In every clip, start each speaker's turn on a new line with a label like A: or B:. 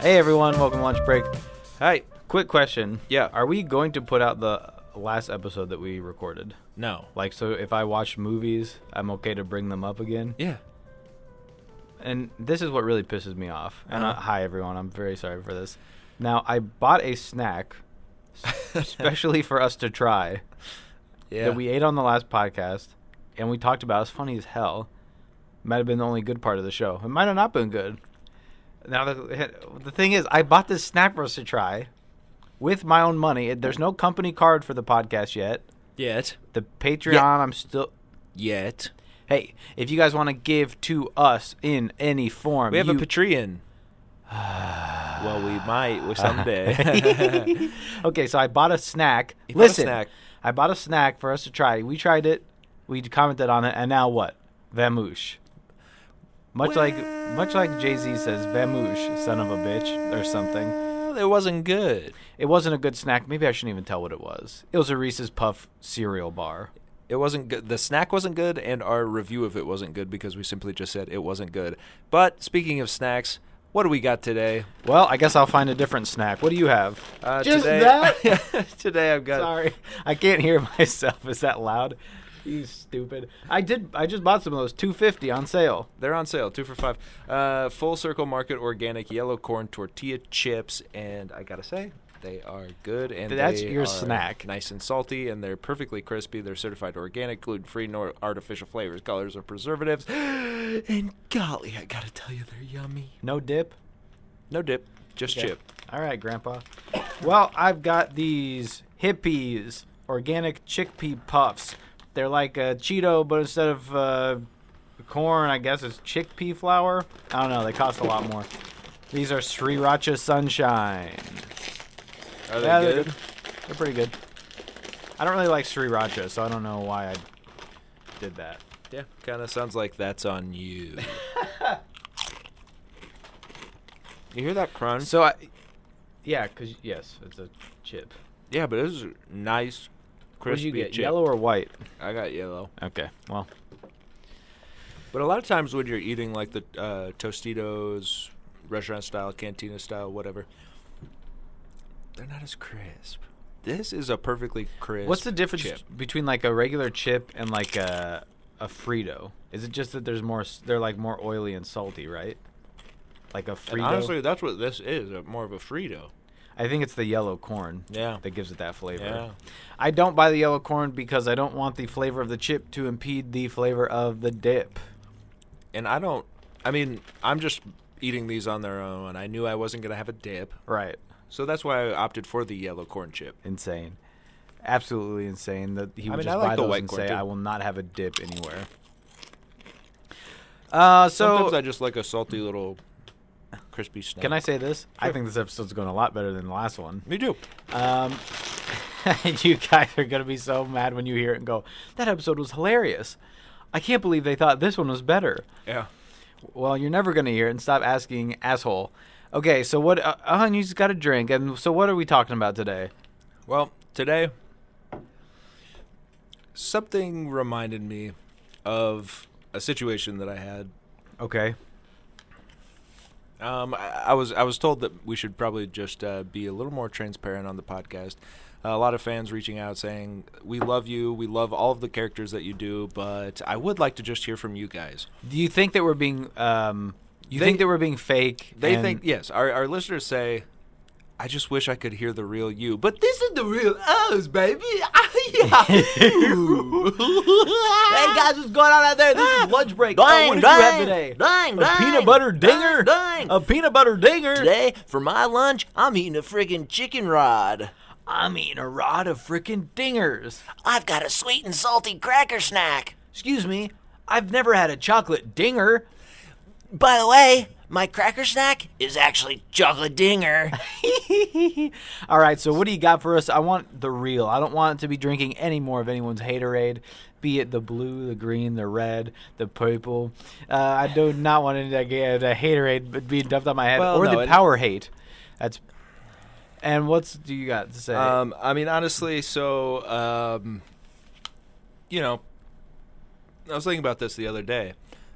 A: Hey everyone, welcome to Lunch Break. Hi, quick question.
B: Yeah.
A: Are we going to put out the last episode that we recorded?
B: No.
A: Like, so if I watch movies, I'm okay to bring them up again?
B: Yeah.
A: And this is what really pisses me off. And uh,
B: Uh-huh.
A: hi everyone, I'm very sorry for this. Now, I bought a snack especially for us to try
B: yeah.
A: that we ate on the last podcast and we talked about. It's funny as hell. Might have been the only good part of the show. It might have not been good. Now the the thing is, I bought this snack for us to try with my own money. There's no company card for the podcast yet.
B: yet
A: The Patreon, I'm still.
B: yet
A: Hey, if you guys want to give to us in any form,
B: we have
A: you-
B: a Patreon. well, we might well, someday.
A: okay, so I bought a snack.
B: You bought a
A: Listen,
B: snack.
A: I bought a snack for us to try. We tried it. We commented on it, and now what? Vamoosh. Much like much like Jay Z says, "Vamoosh, son of a bitch," or something.
B: well, it wasn't good.
A: It wasn't a good snack. Maybe I shouldn't even tell what it was. It was a Reese's Puff cereal bar.
B: It wasn't good. The snack wasn't good, and our review of it wasn't good because we simply just said it wasn't good. But speaking of snacks, what do we got today?
A: Well, I guess I'll find a different snack. What do you have?
B: Uh,
A: Just
B: today,
A: that?
B: today I've got.
A: Sorry, I can't hear myself. Is that loud? You stupid. I did. I just bought some of those, two fifty on sale.
B: They're on sale, two for five. Uh, full Circle Market organic yellow corn tortilla chips, and I gotta say, they are good. And
A: That's
B: they
A: your
B: are
A: snack.
B: Nice and salty, and they're perfectly crispy. They're certified organic, gluten free, no artificial flavors, colors, or preservatives. and golly, I gotta tell you, they're yummy.
A: No dip.
B: No dip, just
A: Okay.
B: chip.
A: All right, Grandpa. Well, I've got these hippies organic chickpea puffs. They're like a Cheeto, but instead of uh, corn, I guess it's chickpea flour. I don't know. They cost a lot more. These are Sriracha Sunshine.
B: Are they
A: Yeah, they're
B: good?
A: good. They're pretty good. I don't really like Sriracha, so I don't know why I did that.
B: Yeah, kind of sounds like that's on you. you hear that crunch?
A: So I, yeah, cause yes, it's a chip.
B: yeah, but this is a nice, crispy
A: What did you get?
B: chip.
A: Yellow or white?
B: I got yellow.
A: Okay. Well,
B: But a lot of times when you're eating like the uh, Tostitos, restaurant style, cantina style, whatever, they're not as crisp. This is a perfectly crisp.
A: What's the difference
B: chip.
A: between like a regular chip and like a a Frito? Is it just that there's more? s- They're like more oily and salty, right? Like a
B: And
A: Frito.
B: honestly, that's what this is. A, more of a Frito.
A: I think it's the yellow corn.
B: Yeah.
A: That gives it that flavor.
B: Yeah.
A: I don't buy the yellow corn because I don't want the flavor of the chip to impede the flavor of the dip.
B: And I don't. I mean, I'm just eating these on their own. I knew I wasn't gonna have a dip,
A: Right.
B: so that's why I opted for the yellow corn chip.
A: Insane. Absolutely insane that he
B: I
A: would
B: mean, I
A: just
B: like
A: buy
B: the
A: those
B: white
A: and
B: corn,
A: say,
B: too.
A: "I will not have a dip anywhere." Uh, so
B: Sometimes I just like a salty little crispy snack.
A: can I say this? I think this episode's going a lot better than the last one.
B: Me too.
A: Um, you guys are going to be so mad when you hear it and go, that episode was hilarious. I can't believe they thought this one was better.
B: Yeah.
A: Well, you're never going to hear it and stop asking, asshole. Okay, so what, uh, uh, you just got a drink. And so what are we talking about today?
B: Well, today, something reminded me of a situation that I had.
A: Okay.
B: Um, I, I was I was told that we should probably just uh, be a little more transparent on the podcast. Uh, a lot of fans reaching out saying we love you, we love all of the characters that you do, but I would like to just hear from you guys.
A: Do you think that we're being, um, you
B: They-
A: think that we're being fake?
B: They
A: and-
B: think yes. Our our listeners say, "I just wish I could hear the real you," but this is the real us, baby. Ah, Yeah. Ooh.
A: Hey guys, what's going on out there? This is lunch break. oh, what did you have today?
B: Ah. Dang,
A: a peanut butter dinger. A peanut butter dinger.
B: Today, for my lunch, I'm eating a friggin' chicken rod.
A: I'm eating a rod of freaking dingers.
C: I've got a sweet and salty cracker snack.
A: Excuse me, I've never had a chocolate dinger.
C: By the way, my cracker snack is actually chocolate dinger.
A: All right, so what do you got for us? I want the real. I don't want to be drinking any more of anyone's haterade, be it the blue, the green, the red, the purple. Uh, I do not want any of that the haterade but being dumped on my head
B: Well,
A: or
B: no,
A: the
B: it-
A: power hate. That's. And what's do you got to say?
B: Um, I mean, honestly, so, um, you know, I was thinking about this the other day.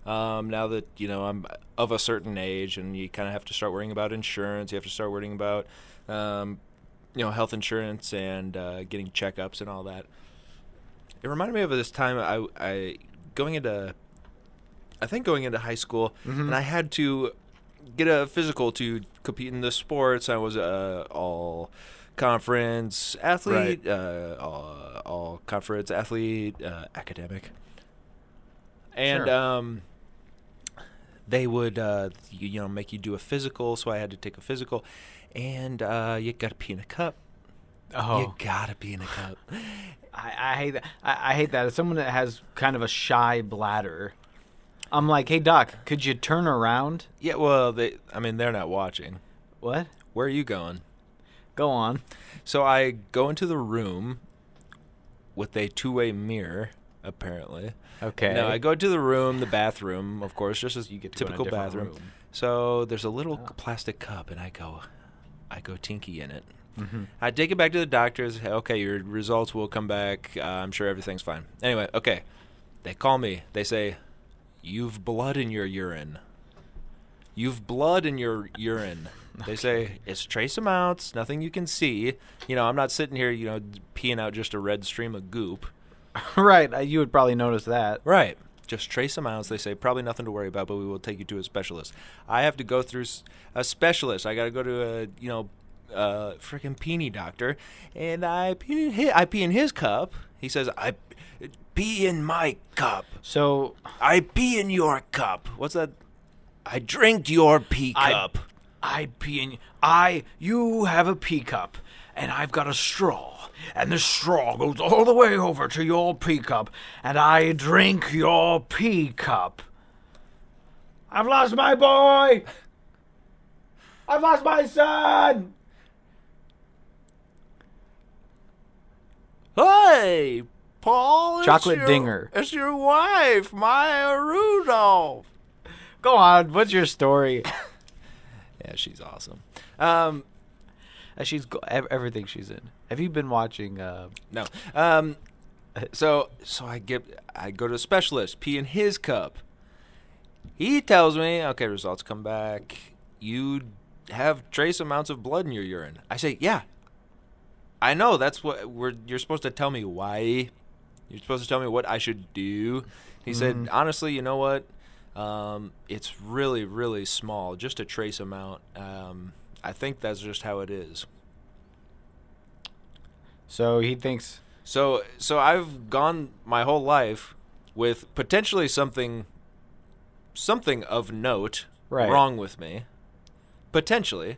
B: Um, now that you know I'm of a certain age, and you kind of have to start worrying about insurance, you have to start worrying about um, you know health insurance and uh, getting checkups and all that. It reminded me of this time I, I going into I think going into high school, and I had to get a physical to compete in the sports. I was a all conference athlete, uh, all, all conference athlete, uh, academic, and
A: Sure.
B: um, they would uh, you, you know make you do a physical. So I had to take a physical, and uh, you got to pee in a cup. You gotta pee in a cup.
A: Oh. I, I hate that. I, I hate that. As someone that has kind of a shy bladder, I'm like, hey doc, could you turn around?
B: yeah, well, they. I mean, they're not watching.
A: What?
B: Where are you going?
A: Go on.
B: So I go into the room with a two-way mirror, apparently.
A: Okay.
B: No, I go to the room, the bathroom, of course, just as you get
A: go in a
B: typical
A: different
B: bathroom. Oh.
A: room.
B: So there's a little c- plastic cup, and I go, I go tinky in it. I take it back to the doctors. "Hey, Okay, your results will come back. Uh, I'm sure everything's fine. Anyway, okay, they call me. They say, you've blood in your urine. You've blood in your urine. They say it's trace amounts, nothing you can see. You know, I'm not sitting here, you know, peeing out just a red stream of goop.
A: right. uh, You would probably notice that.
B: Right. Just trace amounts. They say probably nothing to worry about, but we will take you to a specialist. I have to go through s- a specialist. I got to go to a you know, uh, freaking peony doctor, and I pee in his, I pee in his cup. He says I pee in my cup.
A: So
B: I pee in your cup. What's that? I drink your pee
A: I-
B: cup.
A: I pee in. I. You have a pee cup, and I've got a straw, and the straw goes all the way over to your pee cup, and I drink your pee cup. I've lost my boy. I've lost my son.
B: Hey, Paul. it's
A: Chocolate
B: your-
A: dinger.
B: It's your wife, Maya Rudolph.
A: Go on. What's your story?
B: Yeah, she's awesome. Um,
A: Uh, she's go- ev- everything she's in. Have you been watching? Uh,
B: No. Um, so so I get I go to a specialist, pee in his cup. He tells me, okay, results come back. You have trace amounts of blood in your urine. I say, yeah. I know that's what we're. You're supposed to tell me why. You're supposed to tell me what I should do. He said, honestly, you know what? Um, it's really, really small, just a trace amount. Um, I think that's just how it is.
A: so he thinks.
B: So so I've gone my whole life with potentially something something of note
A: Right.
B: wrong with me. Potentially.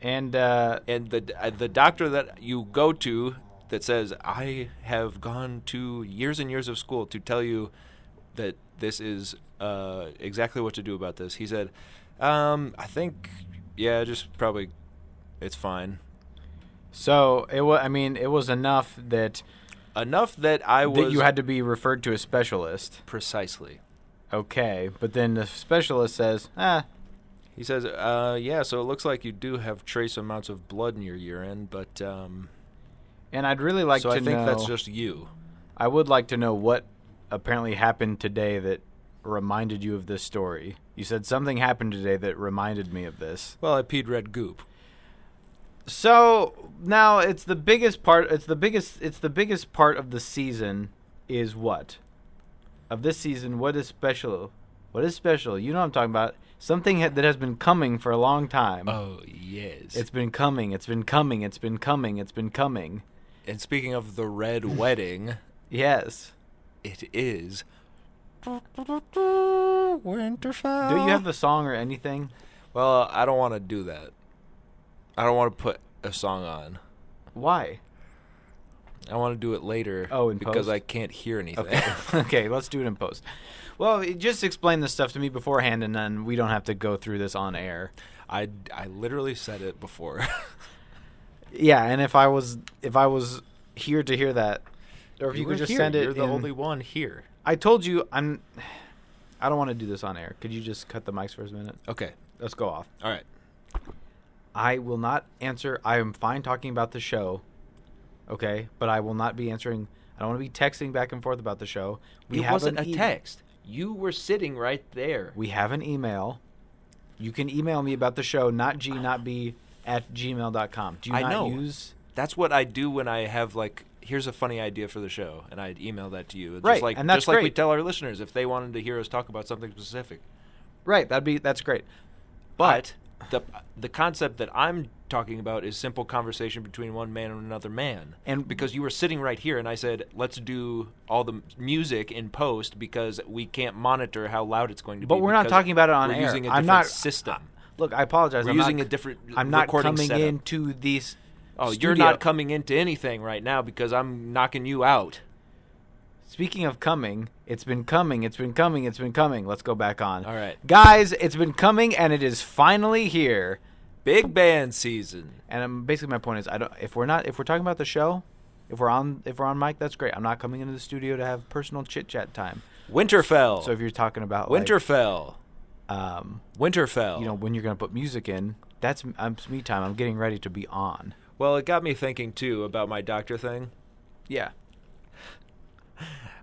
A: And uh,
B: And the uh, the doctor that you go to that says I have gone to years and years of school to tell you that this is uh, exactly what to do about this. He said, um, I think yeah, just probably it's fine.
A: so it was. I mean, it was enough that
B: Enough that I was
A: that you had to be referred to a specialist.
B: precisely.
A: Okay, but then the specialist says, "Ah,
B: He says, uh, yeah, so it looks like you do have trace amounts of blood in your urine, but, um,
A: and I'd really like
B: so
A: to
B: I think
A: know.
B: that's just you.
A: I would like to know what apparently happened today that reminded you of this story. You said something happened today that reminded me of this.
B: Well, I peed red goop.
A: So now it's the biggest part. It's the biggest. It's the biggest part of the season. Is what of this season? What is special? What is special? You know what I'm talking about. Something ha- that has been coming for a long time.
B: Oh, yes.
A: It's been coming. It's been coming. It's been coming. It's been coming.
B: and speaking of the red wedding,
A: Yes.
B: it is. Winterfell.
A: Do you have a song or anything?
B: Well, I don't want to do that. I don't want to put a song on.
A: Why?
B: I want to do it later.
A: Oh, in
B: Because
A: post?
B: I can't hear anything.
A: okay, let's do it in post. Well, y- just explain this stuff to me beforehand, and then we don't have to go through this on air.
B: I, I literally said it before.
A: Yeah, and if I was if I was here to hear that, or if you,
B: were
A: could just
B: here.
A: send it.
B: You're the
A: in-
B: only one here.
A: I told you I'm. I don't want to do this on air. Could you just cut the mics for a minute?
B: Okay.
A: Let's go off.
B: All right.
A: I will not answer. I am fine talking about the show, okay? But I will not be answering. I don't want to be texting back and forth about the show.
B: it
A: have
B: wasn't
A: an
B: a
A: e-
B: text.
D: You were sitting right there.
A: We have an email. You can email me about the show, not G, not B, at gmail.com. Do you
B: I
A: not
B: know.
A: use.
B: That's what I do when I have like here's a funny idea for the show, and I email that to you. Just
A: Right,
B: like,
A: and that's
B: just like we
A: great.
B: tell our listeners if they wanted to hear us talk about something specific.
A: Right, that'd be that's great.
B: But the the concept that I'm talking about is simple conversation between one man and another man.
A: And-
B: because you were sitting right here, and I said, "Let's do all the m- music in post because we can't monitor how loud it's going to
A: But
B: be."
A: we're not
B: because
A: talking about it on
B: we're
A: air.
B: Using a
A: I'm not-
B: different system.
A: Look, I apologize.
B: We're
A: I'm
B: using
A: not,
B: a different
A: I'm not
B: recording
A: coming
B: setup.
A: into these.
B: Oh, you're not
A: coming.
B: coming into anything right now because I'm knocking you out.
A: Speaking of coming, it's been coming, it's been coming, it's been coming. Let's go back on.
B: All right.
A: Guys, it's been coming and it is finally here.
B: Big band season.
A: And um basically my point is I don't if we're not if we're talking about the show, if we're on if we're on mic, that's great. I'm not coming into the studio to have personal chit-chat time.
B: Winterfell.
A: So if you're talking about like,
B: Winterfell.
A: um
B: Winterfell.
A: you know when you're going to put music in, that's um, it's me time. I'm getting ready to be on.
B: well, it got me thinking too about my doctor thing.
A: Yeah.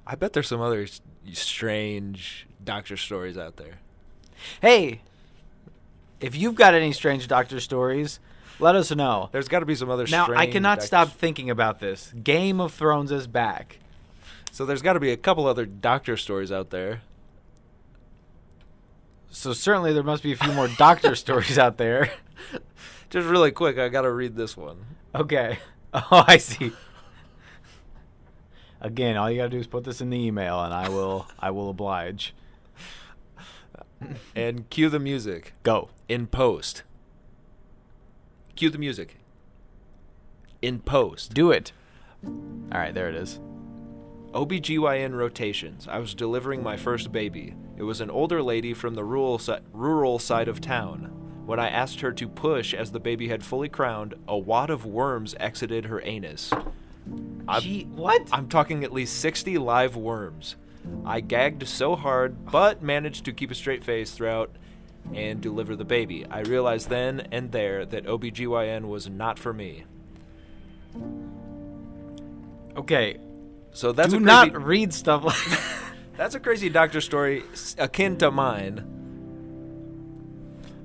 B: I bet there's some other s- strange doctor stories out there.
A: Hey, if you've got any strange doctor stories, let us know.
B: There's got to be some other
A: Now
B: strange
A: I cannot
B: doctor
A: stop
B: s-
A: thinking about this. Game of Thrones is back.
B: So there's got to be a couple other doctor stories out there.
A: So certainly there must be a few more doctor stories out there.
B: Just really quick, I got to read this one.
A: Okay. Oh, I see. Again, all you gotta do is put this in the email, and I will. I will oblige.
B: And cue the music
A: Go.
B: in post. Cue the music in post.
A: Do it. All right, there it is.
B: OBGYN rotations. I was delivering my first baby. It was an older lady from the rural, si- rural side of town. When I asked her to push as the baby had fully crowned, a wad of worms exited her anus. I'm,
A: what?
B: I'm talking at least 60 live worms. I gagged so hard, but managed to keep a straight face throughout and deliver the baby. I realized then and there that OBGYN was not for me.
A: okay.
B: So that's
A: do
B: a
A: not
B: crazy-
A: read stuff like.
B: That's a crazy doctor story s- akin to mine.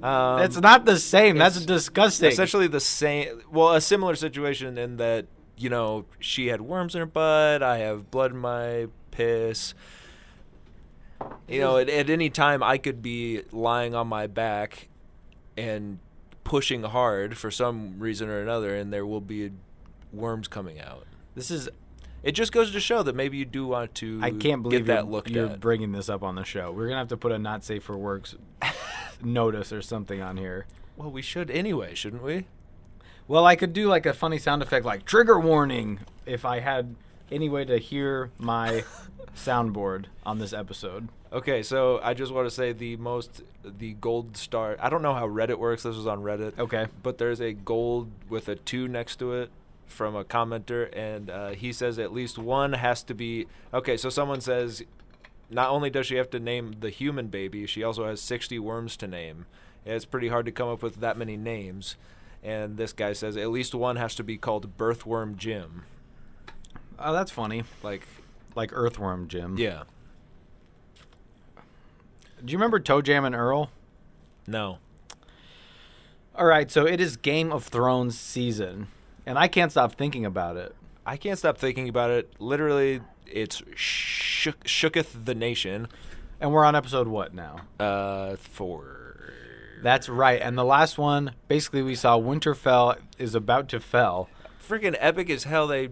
B: Um,
A: That's not the same. That's
B: it's
A: disgusting.
B: essentially the same. Well, a similar situation in that you know she had worms in her butt. I have blood in my piss. You know, at, at any time I could be lying on my back and pushing hard for some reason or another, and there will be worms coming out.
A: this is.
B: It just goes to show that maybe you do want to.
A: I can't believe
B: get that
A: you're,
B: looked
A: you're
B: at.
A: bringing this up on the show. We're gonna have to put a not safe for works notice or something on here.
B: Well, we should anyway, shouldn't we?
A: Well, I could do like a funny sound effect, like trigger warning, if I had any way to hear my soundboard on this episode.
B: Okay, so I just want to say the most the gold star. I don't know how Reddit works. This was on Reddit.
A: Okay.
B: but there's a gold with a two next to it from a commenter, and uh, he says at least one has to be. Okay, so someone says, not only does she have to name the human baby, she also has 60 worms to name. It's pretty hard to come up with that many names. And this guy says at least one has to be called Birthworm Jim.
A: Oh, that's funny.
B: Like,
A: Like Earthworm Jim.
B: yeah,
A: Do you remember Toe Jam and Earl?
B: no.
A: All right, so it is Game of Thrones season, and I can't stop thinking about it.
B: I can't stop thinking about it. Literally, it's shook, shooketh the nation.
A: And we're on episode what now?
B: Uh, for
A: That's right. And the last one, basically, we saw Winterfell is about to fell.
B: freaking epic as hell. They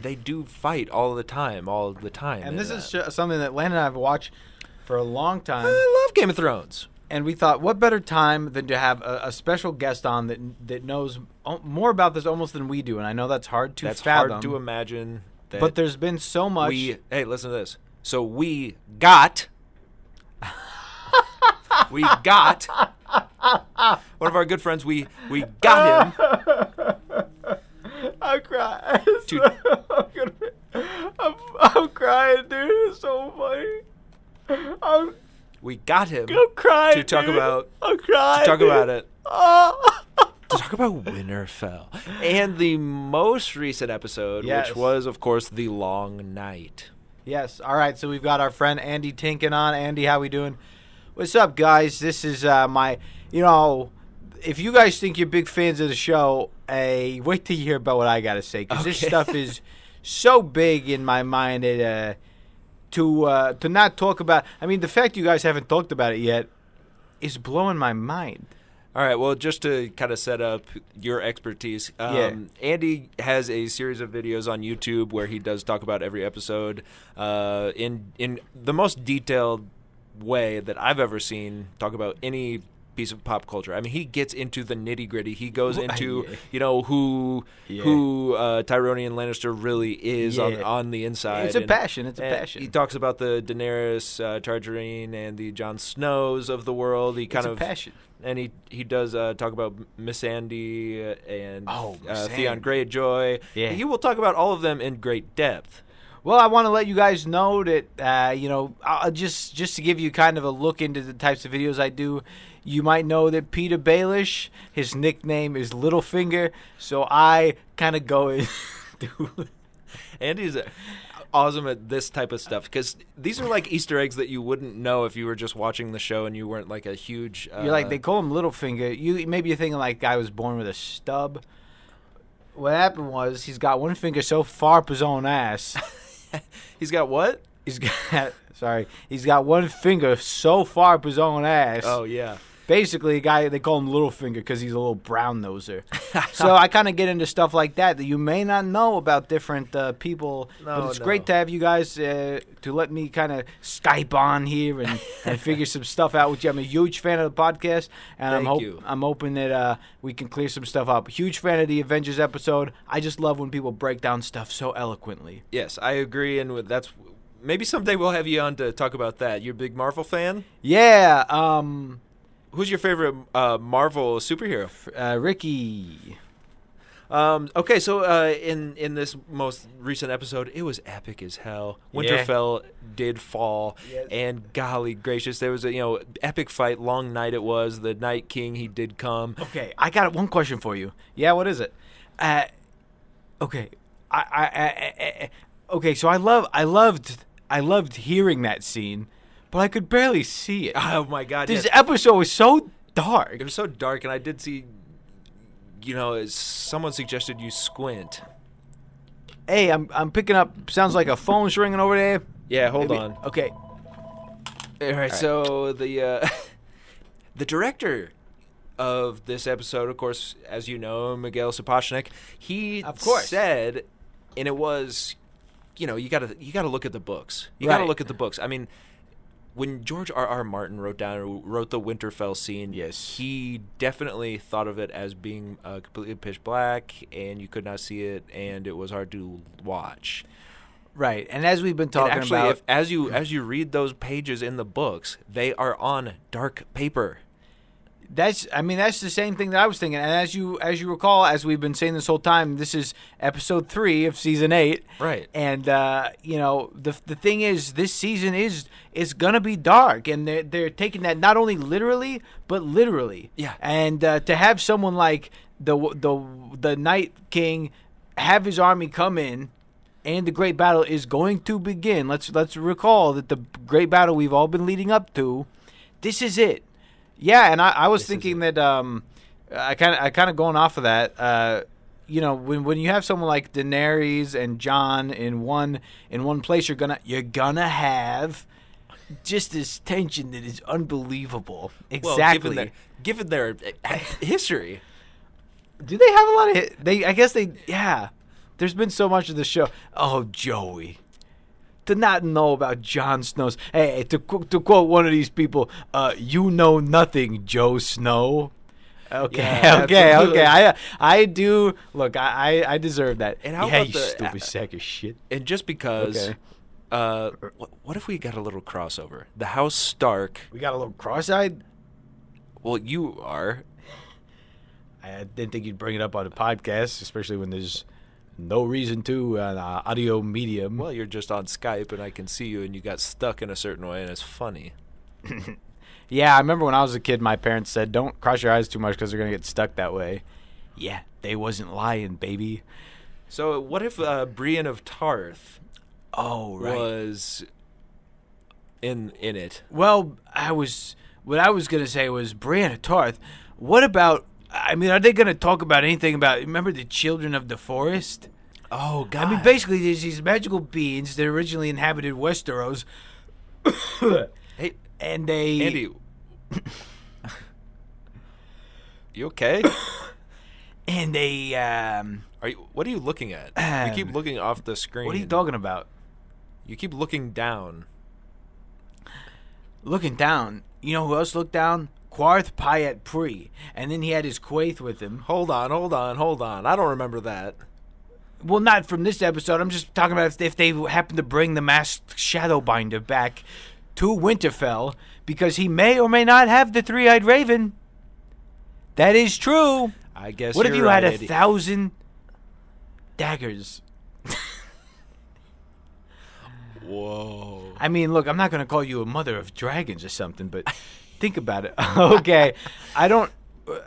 B: they do fight all the time, all the time.
A: And
B: in
A: this
B: that.
A: is sh- something that Landon and I have watched for a long time.
B: I love Game of Thrones.
A: and we thought, what better time than to have a, a special guest on that that knows o- more about this almost than we do? And I know that's hard to
B: That's
A: fathom,
B: hard to imagine. That
A: but there's been so much.
B: we hey, listen to this. So we got we got one of our good friends. We we got him.
A: I'm crying.
B: Dude.
A: I'm, I'm crying, dude. It's so funny. I'm,
B: We got him
A: crying.
B: to talk about
A: I'm crying. Ah.
B: to talk about it.
A: it.
B: to talk about Winterfell and the most recent episode,
A: Yes.
B: which was, of course, the Long Night.
A: Yes. All right. So we've got our friend Andy Tinkin on. Andy, how we doing? What's up, guys? This is uh, my. You know, if you guys think you're big fans of the show, eh, wait till you hear about what I gotta say because this
B: Okay.
A: stuff is so big in my mind that uh, to uh, to not talk about. I mean, the fact you guys haven't talked about it yet is blowing my mind.
B: All right. Well, just to kind of set up your expertise, um, Andy has a series of videos on YouTube where he does talk about every episode uh, in in the most detailed way that I've ever seen. Talk about any piece of pop culture. I mean, he gets into the nitty gritty. He goes
A: Well,
B: into
A: yeah.
B: you know who
A: Yeah.
B: who uh, Tyronian Lannister really is on
A: Yeah.
B: on the inside.
A: It's a
B: and-
A: passion. It's a
B: and
A: passion.
B: He talks about the Daenerys uh, Targaryen and the Jon Snows of the world. He kind
A: it's
B: of
A: a passion.
B: and he he does uh, talk about Miss Andy uh, and
A: Oh,
B: uh,
A: Miss
B: Theon
A: Andy.
B: Greyjoy.
A: Yeah.
B: he will talk about all of them in great depth.
A: Well, I want to let you guys know that uh, you know I I just just to give you kind of a look into the types of videos I do. You might know that Peter Baelish, his nickname is Littlefinger, so I kind of go in.
B: Andy's uh, awesome at this type of stuff because these are like Easter eggs that you wouldn't know if you were just watching the show and you weren't like a huge. Uh,
A: You're like they call him Littlefinger. You maybe you're thinking like I was born with a stub. What happened was he's got one finger so far up his own ass.
B: He's got what?
A: He's got sorry, he's got one finger so far up his own ass.
B: Oh yeah.
A: basically a guy they call him Littlefinger because he's a little brown noser. so I kind of get into stuff like that that you may not know about different uh, people.
B: No,
A: but it's
B: no.
A: great to have you guys uh, to let me kind of Skype on here and, and figure some stuff out with you. I'm a huge fan of the podcast, and I'm
B: Thank
A: hope
B: you.
A: I'm hoping that uh, we can clear some stuff up. Huge fan of the Avengers episode. I just love when people break down stuff so eloquently.
B: Yes, I agree, and with, that's maybe someday we'll have you on to talk about that. You're a big Marvel fan.
A: Yeah, um,
B: Who's your favorite uh, Marvel superhero?
A: uh, Ricky.
B: Um, okay, so uh, in in this most recent episode, it was epic as hell.
A: Yeah.
B: Winterfell did fall, and golly gracious, there was a you know epic fight, long night it was. The Night King he did come.
A: Okay, I got one question for you. Yeah, what is it? Uh, okay, I, I, I, I- I- okay. So I love, I loved, I loved hearing that scene, but I could barely see it.
B: Oh my god,
A: This
B: yes.
A: episode was so dark.
B: it was so dark, and I did see, you know, someone suggested you squint.
A: Hey, I'm, I'm picking up. Sounds like a phone's ringing over there.
B: Yeah, hold
A: Maybe-
B: on.
A: Okay.
B: All right, so the uh, the director of this episode, of course, as you know, Miguel Sapochnik, he
A: Of course.
B: said, and it was, you know, you gotta you gotta look at the books. You gotta
A: Right.
B: look at the books. I mean, when George R. R. Martin wrote down wrote the Winterfell scene,
A: Yes.
B: he definitely thought of it as being uh, completely pitch black, and you could not see it, and it was hard to watch.
A: Right, and as we've been
B: And
A: talking
B: actually,
A: about,
B: if, as you as you read those pages in the books, they are on dark paper.
A: That's I mean that's the same thing that I was thinking. And as you as you recall, as we've been saying this whole time, this is episode three of season eight.
B: Right.
A: And uh, you know the the thing is, this season is is gonna be dark, and they're they're taking that not only literally but literally.
B: Yeah.
A: And uh, to have someone like the the the Night King have his army come in. And the great battle is going to begin. Let's let's recall that the great battle we've all been leading up to, this is it. Yeah, and I, I was thinking that um, I kind of I kind of going off of that. Uh, you know, when when you have someone like Daenerys and John in one in one place, you're gonna you're gonna have just this tension that is unbelievable. Exactly.
B: Well, given their, given their history,
A: Do they have a lot of hit? They I guess they yeah. There's been so much of the show. Oh, Joey. To not know about Jon Snow's. Hey, hey, to, qu- to quote one of these people, uh, you know nothing, Joe Snow. Okay,
B: Yeah,
A: okay,
B: absolutely.
A: okay. I I do look. I I, I deserve that.
B: And how
A: yeah,
B: about
A: you
B: the-
A: stupid sack of shit.
B: and just because,
A: Okay.
B: uh, what, what if we got a little crossover? The House Stark.
A: We got a little cross-eyed.
B: Well, you are.
A: I didn't think you'd bring it up on the podcast, especially when there's no reason to on uh, audio medium.
B: Well, you're just on Skype, and I can see you, and you got stuck in a certain way, and it's funny.
A: Yeah, I remember when I was a kid, my parents said, "Don't cross your eyes too much because they're gonna get stuck that way." Yeah, they wasn't lying, baby.
B: So, what if uh, Brienne of Tarth
C: Oh,
B: was in in it.
A: Well, I was what I was gonna say was Brianna Tarth. What about? I mean, are they gonna talk about anything about? Remember the children of the forest?
B: Oh God!
A: I mean, basically, there's these magical beings that originally inhabited Westeros,
B: hey,
A: and they
B: Andy, you okay?
A: and they um,
B: Are you? What are you looking at? you keep
A: Um,
B: looking off the screen.
A: what are you talking about?
B: You keep looking down.
A: Looking down, you know who else looked down? Quarth Pyat Pri, and then he had his quaith with him.
B: Hold on, hold on, hold on. I don't remember that.
A: Well, not from this episode. I'm just talking about if, if they happen to bring the masked Shadowbinder back to Winterfell because he may or may not have the three-eyed raven. That is true.
B: I guess.
A: what if
B: you're
A: you
B: right,
A: had a
B: Eddie.
A: thousand daggers?
B: Whoa.
A: I mean, look, I'm not going to call you a mother of dragons or something, but think about it. okay, I don't. uh,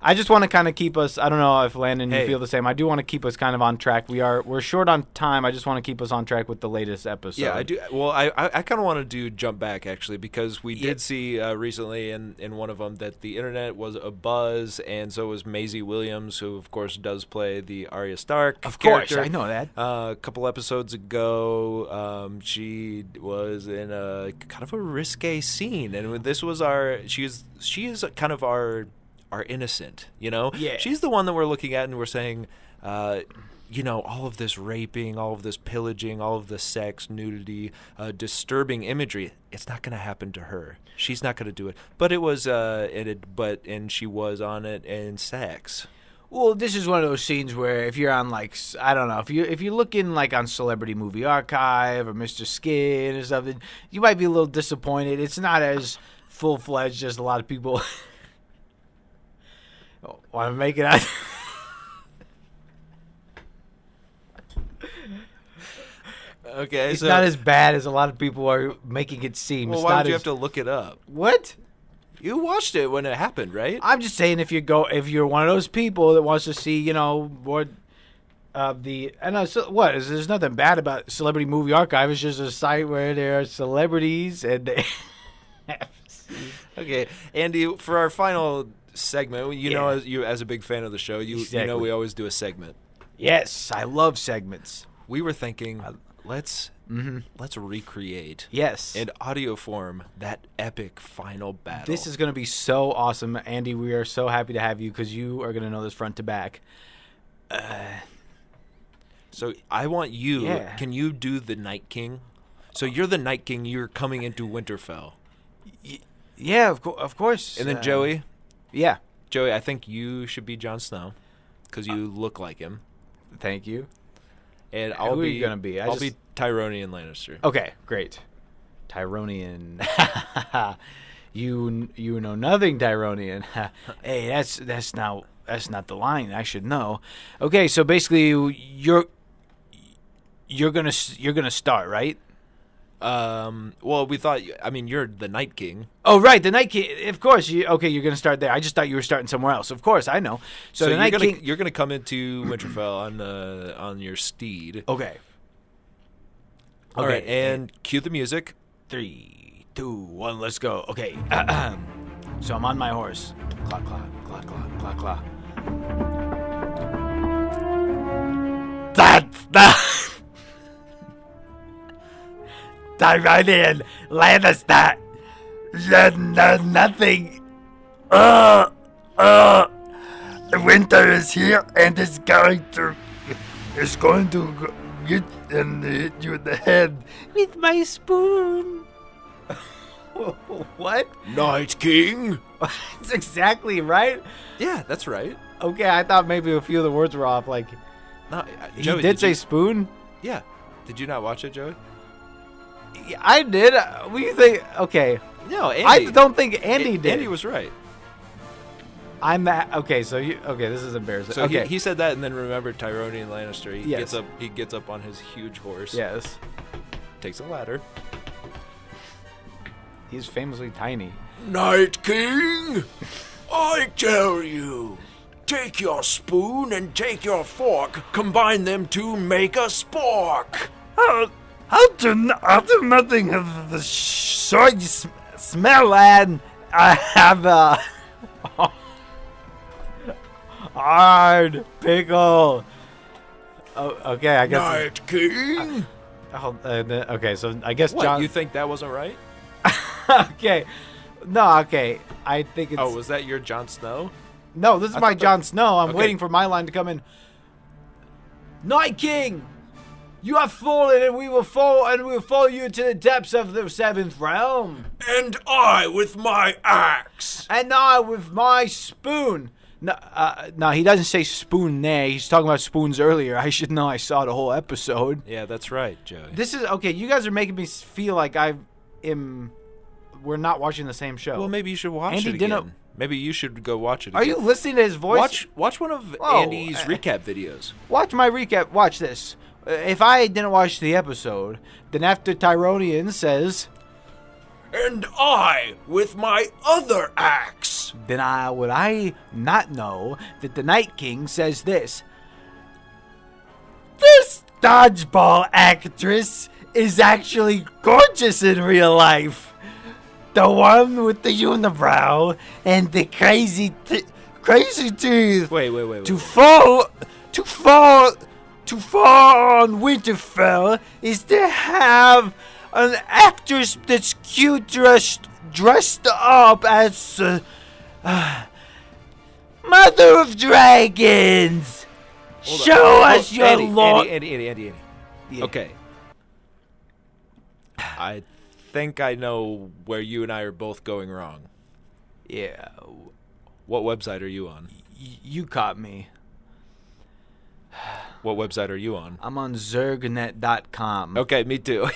A: I just want to kind of keep us. I don't know if Landon you
B: Hey.
A: feel the same. I do want to keep us kind of on track. We are we're short on time. I just want to keep us on track with the latest episode.
B: Yeah, I do. Well, I I, I kind of want to do jump back actually because we did see uh, recently in in one of them that the internet was a buzz, and so was Maisie Williams, who of course does play the Arya Stark.
A: Of course,
B: character.
A: I know that.
B: Uh, a couple episodes ago, um, she was in a kind of a risque scene, and this was our. She is she is kind of our our innocent, you know.
A: Yeah.
B: she's the one that we're looking at, and we're saying. Uh, you know, all of this raping, all of this pillaging, all of the sex, nudity, uh, disturbing imagery, it's not going to happen to her. She's not going to do it. But it was, uh, it, had- but, and she was on it in sex.
A: Well, this is one of those scenes where if you're on like s- I don't know if you if you look in like on Celebrity Movie Archive or Mr. Skin or something, you might be a little disappointed. It's not as full fledged as a lot of people want to make it out.
B: Okay.
A: It's not as bad as a lot of people are making it seem.
B: well,
A: it's
B: why
A: not
B: would you
A: as-
B: have to look it up?
A: What?
B: You watched it when it happened, right?
A: I'm just saying if you go if you're one of those people that wants to see you know what uh, the and uh, so, what is there's nothing bad about Celebrity Movie Archive. It's just a site where there are celebrities and they
B: Okay, Andy, for our final segment, you know,
A: Yeah.
B: as you as a big fan of the show, you you
A: Exactly.
B: know we always do a segment.
A: yes, I love segments.
B: We were thinking, let's
A: Mm-hmm.
B: let's recreate
A: Yes,
B: in audio form that epic final battle.
A: this is going to be so awesome, Andy. We are so happy to have you because you are going to know this front to back.
B: so. I want you.
A: Yeah.
B: Can you do the Night King? So you're the Night King. You're coming into Winterfell,
A: Yeah, of, co- of course.
B: and then
A: uh,
B: Joey,
A: Yeah,
B: Joey, I think you should be Jon Snow because you look like him,
A: thank you.
B: and I'll
A: Uh, who are
B: be
A: you gonna be? I
B: I'll
A: just-
B: be Tyronian Lannister.
A: Okay, great. Tyronian. you you know nothing, Tyronian. hey, that's that's not that's not the line. I should know. Okay, so basically you're you're gonna s- you're gonna start right.
B: Um. Well, we thought. I mean, you're the Night King.
A: Oh right, the Night King. Of course, you okay. You're gonna start there. I just thought you were starting somewhere else. Of course, I know. So,
B: So,
A: the
B: you're
A: Night
B: gonna
A: King.
B: you're gonna come into Winterfell on uh, on your steed.
A: Okay.
B: All right,
A: Oh, okay,
B: and cue the music.
A: Three, two, one, let's go. Okay. so I'm on my horse. Clock, clock, clock, clock, clock, clock. That's the Tyronian Lannister. You know nothing. Uh, uh, winter is here and it's going to, it's going to get and hit you in the head with my spoon. what?
B: Night King.
A: That's exactly right.
B: Yeah, that's right.
A: Okay, I thought maybe a few of the words were off. Like
B: No, I-
A: he
B: uh, Joey,
A: did, say
B: you-
A: spoon.
B: yeah. Did you not watch it, Joey?
A: Yeah, I did. Uh, What do you think? Okay,
B: No, Andy.
A: I don't think
B: A-
A: Andy did.
B: Andy was right.
A: I'm that. Okay, so you. Okay, this is embarrassing.
B: So
A: okay.
B: he, he said that, and then remembered Tyronian Lannister. He
A: Yes.
B: gets up. He gets up on his huge horse.
A: yes,
B: Takes a ladder.
A: he's famously tiny.
B: Night King, I tell you, take your spoon and take your fork, combine them to make a spork.
A: Oh,
E: I'll do, n- I'll do nothing of the sort you sm- smell, lad. I have a hard pickle. Oh, okay, I guess.
B: King.
A: Oh, uh, th- okay, so I guess
B: What
A: John.
B: you think that wasn't right?
A: okay, no, okay. I think it's
B: Oh, was that your Jon Snow?
A: no. This is
B: I
A: my
B: thought that-
A: John Snow. I'm
B: Okay.
A: waiting for my line to come in. Night King, you have fallen, and we will fall, and we will follow you to the depths of the seventh realm.
B: And I with my axe.
A: and I with my spoon. No, uh, no, he doesn't say spoon there. He's talking about spoons earlier. I should know. I saw the whole episode.
B: Yeah, that's right, Joey.
A: This is okay. You guys are making me s- feel like I am. We're not watching the same show.
B: well, maybe you should watch
A: Andy
B: it again.
A: didn't-
B: Maybe you should go watch it.
A: are
B: again.
A: you listening to his voice?
B: Watch watch one of
A: Whoa,
B: Andy's
A: uh,
B: recap videos.
A: watch my recap. Watch this. Uh, If I didn't watch the episode, then after Tyronian says,
B: And I with my other axe.
A: then I would I not know that the Night King says this.
E: This dodgeball actress is actually gorgeous in real life. The one with the unibrow and the crazy, t- crazy teeth.
B: Wait, wait, wait. wait.
E: To fall, to fall, to fall on Winterfell is to have an actress that's cute dressed dressed up as uh, uh, Mother of Dragons.
B: Hold on.
E: Show
B: Hold-
E: us your
B: Andy,
E: lord.
B: Andy, Andy, Andy, Andy, Andy.
E: Yeah.
B: Okay. I think I know where you and I are both going wrong.
A: Yeah,
B: What website are you on?
A: y- you caught me.
B: What website are you on?
A: I'm on zergnet.com.
B: Okay, me too.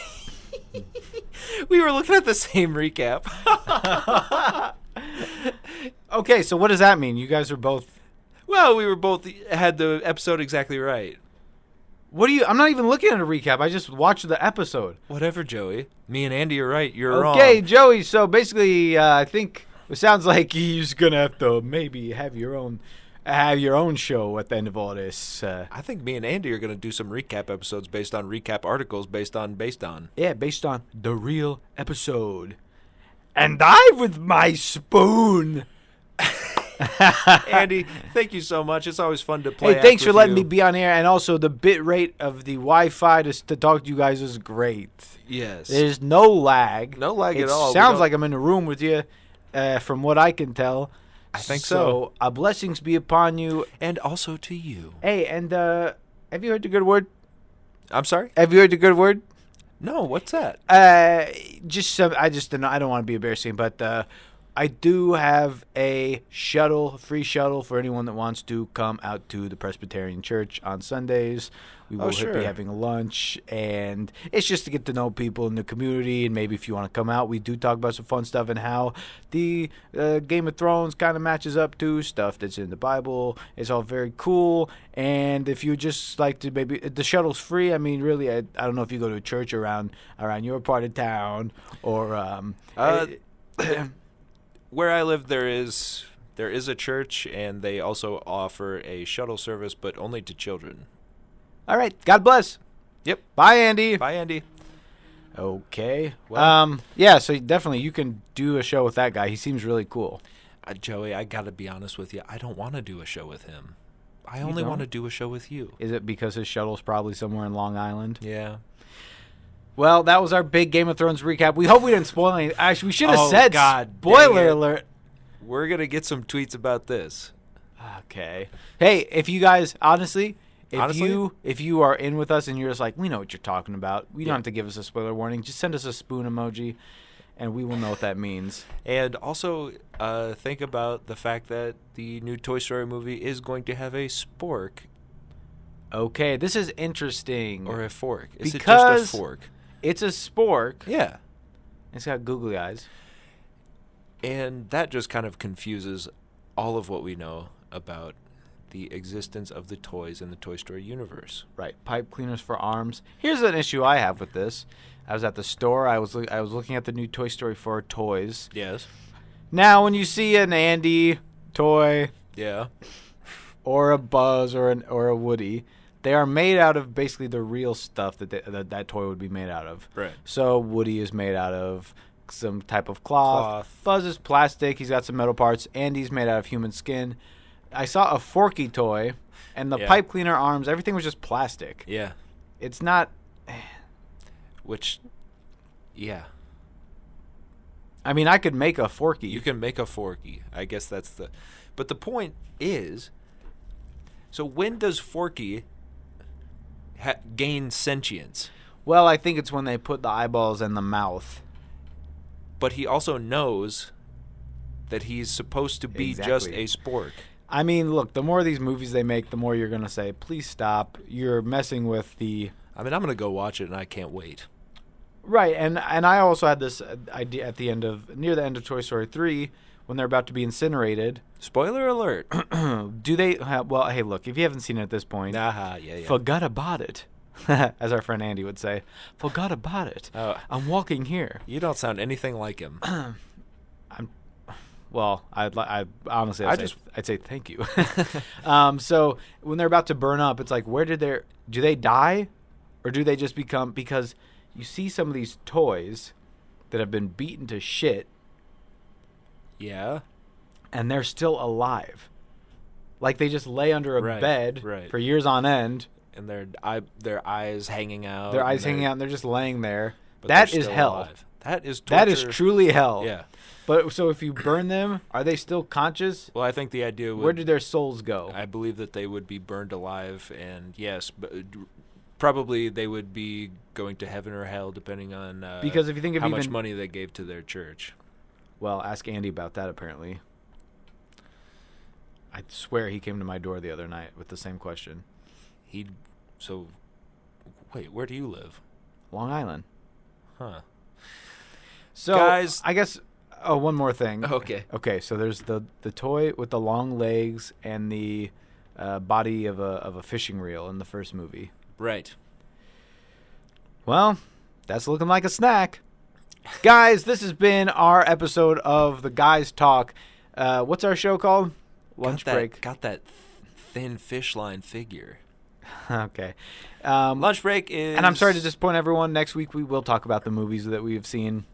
B: we were looking at the same recap.
A: Okay, so what does that mean? You guys are both.
B: well, we were both had the episode exactly right.
A: What do you? I'm not even looking at a recap. I just watched the episode.
B: Whatever, Joey. Me and Andy are right. You're wrong.
A: Okay, Joey. So basically, uh, I think it sounds like he's gonna have to maybe have your own have your own show at the end of all this. Uh,
B: I think me and Andy are going to do some recap episodes based on recap articles based on based on.
A: yeah, based on the real episode.
E: and I with my spoon.
B: Andy, thank you so much. It's always fun to play.
A: Hey, thanks
B: act
A: for
B: with
A: letting
B: you.
A: me be on air, and also the bit rate of the Wi-Fi to, s- to talk to you guys is great.
B: Yes.
A: There's no lag.
B: No lag
A: it
B: at all. We
A: Sounds
B: don't-
A: like I'm in a room with you, uh, from what I can tell. I
B: think
A: so. Uh, blessings be upon you.
B: and also to you.
A: Hey, and uh, have you heard the good word?
B: I'm sorry?
A: Have you heard the good word?
B: No, what's that?
A: Uh, just some. I just don't. I don't want to be embarrassing, but uh, I do have a shuttle, free shuttle for anyone that wants to come out to the Presbyterian Church on Sundays. We will
B: Oh, sure.
A: be having lunch, and it's just to get to know people in the community, and maybe if you want to come out, we do talk about some fun stuff and how the uh, Game of Thrones kind of matches up to stuff that's in the Bible. It's all very cool, and if you just like to maybe uh, the shuttle's free. I mean, really, I, I don't know if you go to a church around around your part of town or um,
B: Uh, Where I live there is there is a church and they also offer a shuttle service but only to children.
A: All right. God bless.
B: Yep.
A: Bye, Andy.
B: Bye Andy.
A: Okay.
B: Well-
A: um. Yeah. So definitely, you can do a show with that guy. He seems really cool.
B: Uh, Joey, I got to be honest with you. I don't want to do a show with him. I only
A: don't?
B: want to do a show with you.
A: Is it because his shuttle's probably somewhere in Long Island?
B: Yeah.
A: Well, that was our big Game of Thrones recap. We hope we didn't spoil anything. Actually, we should have
B: Oh,
A: said
B: God dang
A: spoiler
B: it.
A: alert.
B: We're going to get some tweets about this.
A: Okay. Hey, if you guys honestly, if
B: Honestly?
A: you if you are in with us and you're just like, we know what you're talking about, you don't have to give us a spoiler warning. Just send us a spoon emoji, and we will know what that means.
B: And also uh, think about the fact that the new Toy Story movie is going to have a spork
A: Okay, this is interesting.
B: or a fork. Is it
A: Because-
B: just a fork?
A: it's a spork.
B: Yeah.
A: It's got googly eyes.
B: And that just kind of confuses all of what we know about the existence of the toys in the Toy Story universe.
A: Right, pipe cleaners for arms. Here's an issue I have with this. I was at the store. I was loo- I was looking at the new Toy Story 4 toys.
B: Yes.
A: Now, when you see an Andy toy
B: Yeah.
A: or a Buzz or an or a Woody, They are made out of basically the real stuff that they, that, that toy would be made out of.
B: Right.
A: So Woody is made out of some type of cloth.
B: Cloth.
A: Fuzz is plastic. He's got some metal parts. Andy's made out of human skin. I saw a forky toy, and the
B: Yeah.
A: pipe cleaner arms. Everything was just plastic.
B: Yeah.
A: It's not.
B: Which, yeah,
A: I mean, I could make a forky.
B: you can make a forky. I guess that's the. But the point is, so when does forky ha- gain sentience?
A: Well, I think it's when they put the eyeballs in the mouth.
B: But he also knows that he's supposed to be just
A: Exactly.
B: a spork.
A: I mean, look, the more of these movies they make, the more you're going to say, please stop. You're messing with the.
B: I mean, I'm gonna go watch it, and I can't wait.
A: Right. And, and I also had this uh, idea at the end of, near the end of Toy Story 3, when they're about to be incinerated.
B: Spoiler alert.
A: Do they. ha- Well, hey, look, if you haven't seen it at this point,
B: Aha, yeah, yeah.
A: forgot about it. As our friend Andy would say, forgot about it.
B: Oh.
A: I'm walking here.
B: You don't sound anything like him.
A: Well, I'd li- I honestly, I'd,
B: I
A: say,
B: just-
A: I'd say thank you. um, so when they're about to burn up, it's like, where did they? Do they die, or do they just become? Because you see some of these toys that have been beaten to shit,
B: yeah.
A: and they're still alive. Like they just lay under a
B: Right,
A: bed
B: right.
A: for years on end,
B: And their eye, their eyes hanging out.
A: their
B: and
A: eyes
B: they're-
A: hanging out, and they're just laying there.
B: Oh, but they're
A: That is
B: still
A: hell.
B: alive. That is torture.
A: That is truly hell.
B: Yeah.
A: But so if you burn them, are they still conscious?
B: Well, I think the idea would.
A: Where do their souls go?
B: I believe that they would be burned alive, and yes, but uh, probably they would be going to heaven or hell, depending on uh,
A: Because if you think of
B: how much
A: even-
B: money they gave to their church.
A: Well, ask Andy about that apparently. I swear he came to my door the other night with the same question.
B: He, so, wait, where do you live?
A: Long Island.
B: Huh?
A: So
B: Guys-
A: I guess oh one more thing.
B: Okay.
A: Okay, so there's the the toy with the long legs and the uh, body of a of a fishing reel in the first movie.
B: Right.
A: Well, that's looking like a snack. Guys, this has been our episode of the Guys Talk. Uh, what's our show called? Lunch
B: got that,
A: break.
B: Got that thin fish line figure.
A: okay. Um,
B: Lunch break is.
A: And I'm sorry to disappoint everyone. Next week we will talk about the movies that we've seen.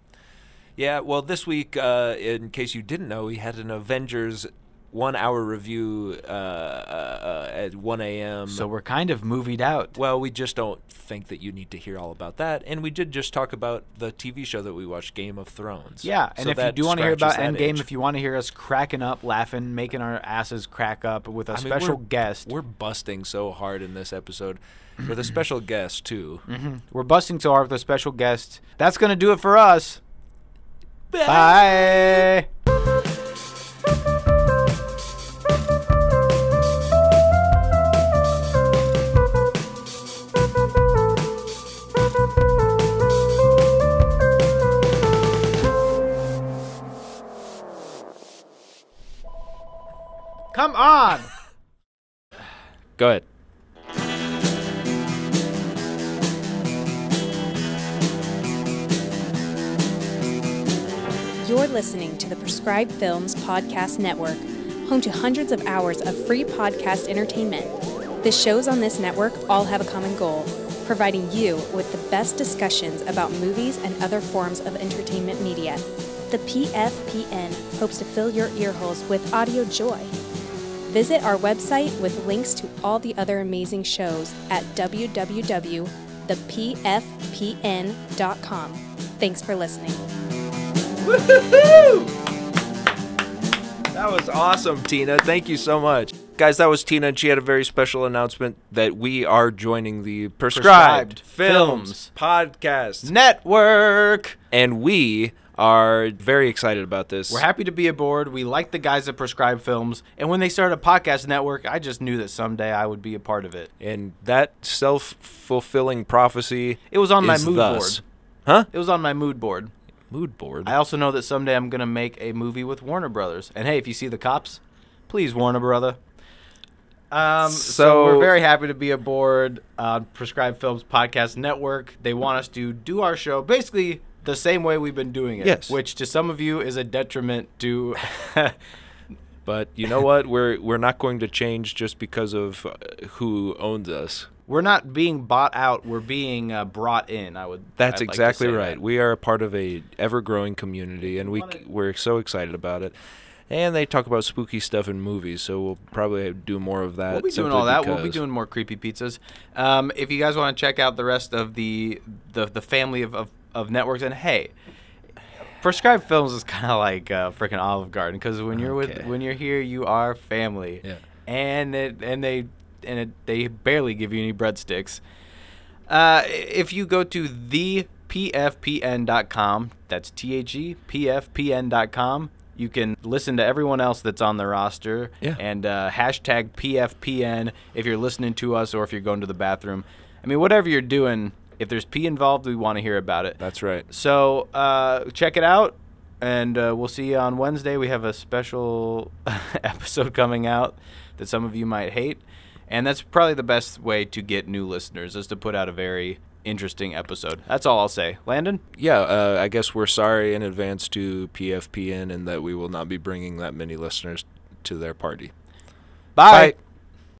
B: Yeah, well, this week, uh, in case you didn't know, we had an Avengers one-hour review uh, uh, at 1 a.m.
A: So we're kind of movied out.
B: well, we just don't think that you need to hear all about that, and we did just talk about the TV show that we watched, Game of Thrones.
A: yeah, and
B: So
A: if you
B: that
A: do want to hear about
B: scratches that
A: Endgame,
B: itch.
A: if you want to hear us cracking up, laughing, making our asses crack up with a
B: I mean,
A: special
B: we're-
A: guest, we're,
B: we're busting so hard in this episode with a special guest too.
A: Mm-hmm. busting so hard with a special guest. That's gonna do it for us. Bye. Come on.
B: Go ahead.
F: You're listening to the Prescribed Films Podcast Network, home to hundreds of hours of free podcast entertainment. The shows on this network all have a common goal providing you with the best discussions about movies and other forms of entertainment media. The PFPN hopes to fill your earholes with audio joy. Visit our website with links to all the other amazing shows at www.thepfpn.com. Thanks for listening.
B: That was awesome, Tina. Thank you so much. Guys, that was Tina, and she had a very special announcement that we are joining the Prescribed,
A: Prescribed
B: Films, Podcast.
A: Network.
B: And we are very excited about this.
A: We're happy to be aboard. We like the guys that prescribe films. And when they started a podcast network, I just knew that someday I would be a part of it.
B: and that self fulfilling prophecy.
A: It was on my
B: is
A: mood
B: thus.
A: board. It was on my mood board.
B: Mood board.
A: I also know that someday I'm going to make a movie with Warner Brothers. And hey, if you see the cops, please, Warner Brother. Um, so,
B: So-
A: we're very happy to be aboard on Prescribed Films Podcast Network. They want us to do our show basically the same way we've been doing it.
B: Yes.
A: Which to some of you is a detriment to
B: But you know what? We're we're not going to change just because of uh, who owns us.
A: We're not being bought out. We're being uh, brought in. I would.
B: That's
A: I'd like to
B: exactly
A: say
B: right.
A: that.
B: We are a part of a ever-growing community, and we c- we're so excited about it. And they talk about spooky stuff in movies, so we'll probably do more of that.
A: We'll be doing
B: simply
A: all that. We'll be
B: because-
A: doing more creepy pizzas. Um, if you guys want to check out the rest of the the, the family of, of, of networks, and hey, prescribed films is kind of like uh, freaking Olive Garden because when you're with
B: Okay.
A: when you're here, you are family.
B: Yeah.
A: And it, and they and it, they barely give you any breadsticks. Uh, if you go to the pfpn.com, that's T H E P F P N.com, you can listen to everyone else that's on the roster.
B: Yeah.
A: And uh, hashtag PFPN if you're listening to us or if you're going to the bathroom. I mean, whatever you're doing, if there's pee involved, we want to hear about it.
B: That's right.
A: So uh, check it out, and uh, we'll see you on Wednesday. We have a special episode coming out that some of you might hate, and that's probably the best way to get new listeners is to put out a very interesting episode. That's all I'll say. Landon,
B: Yeah, uh, I guess we're sorry in advance to PFPN and that we will not be bringing that many listeners to their party.
A: bye.
B: Bye.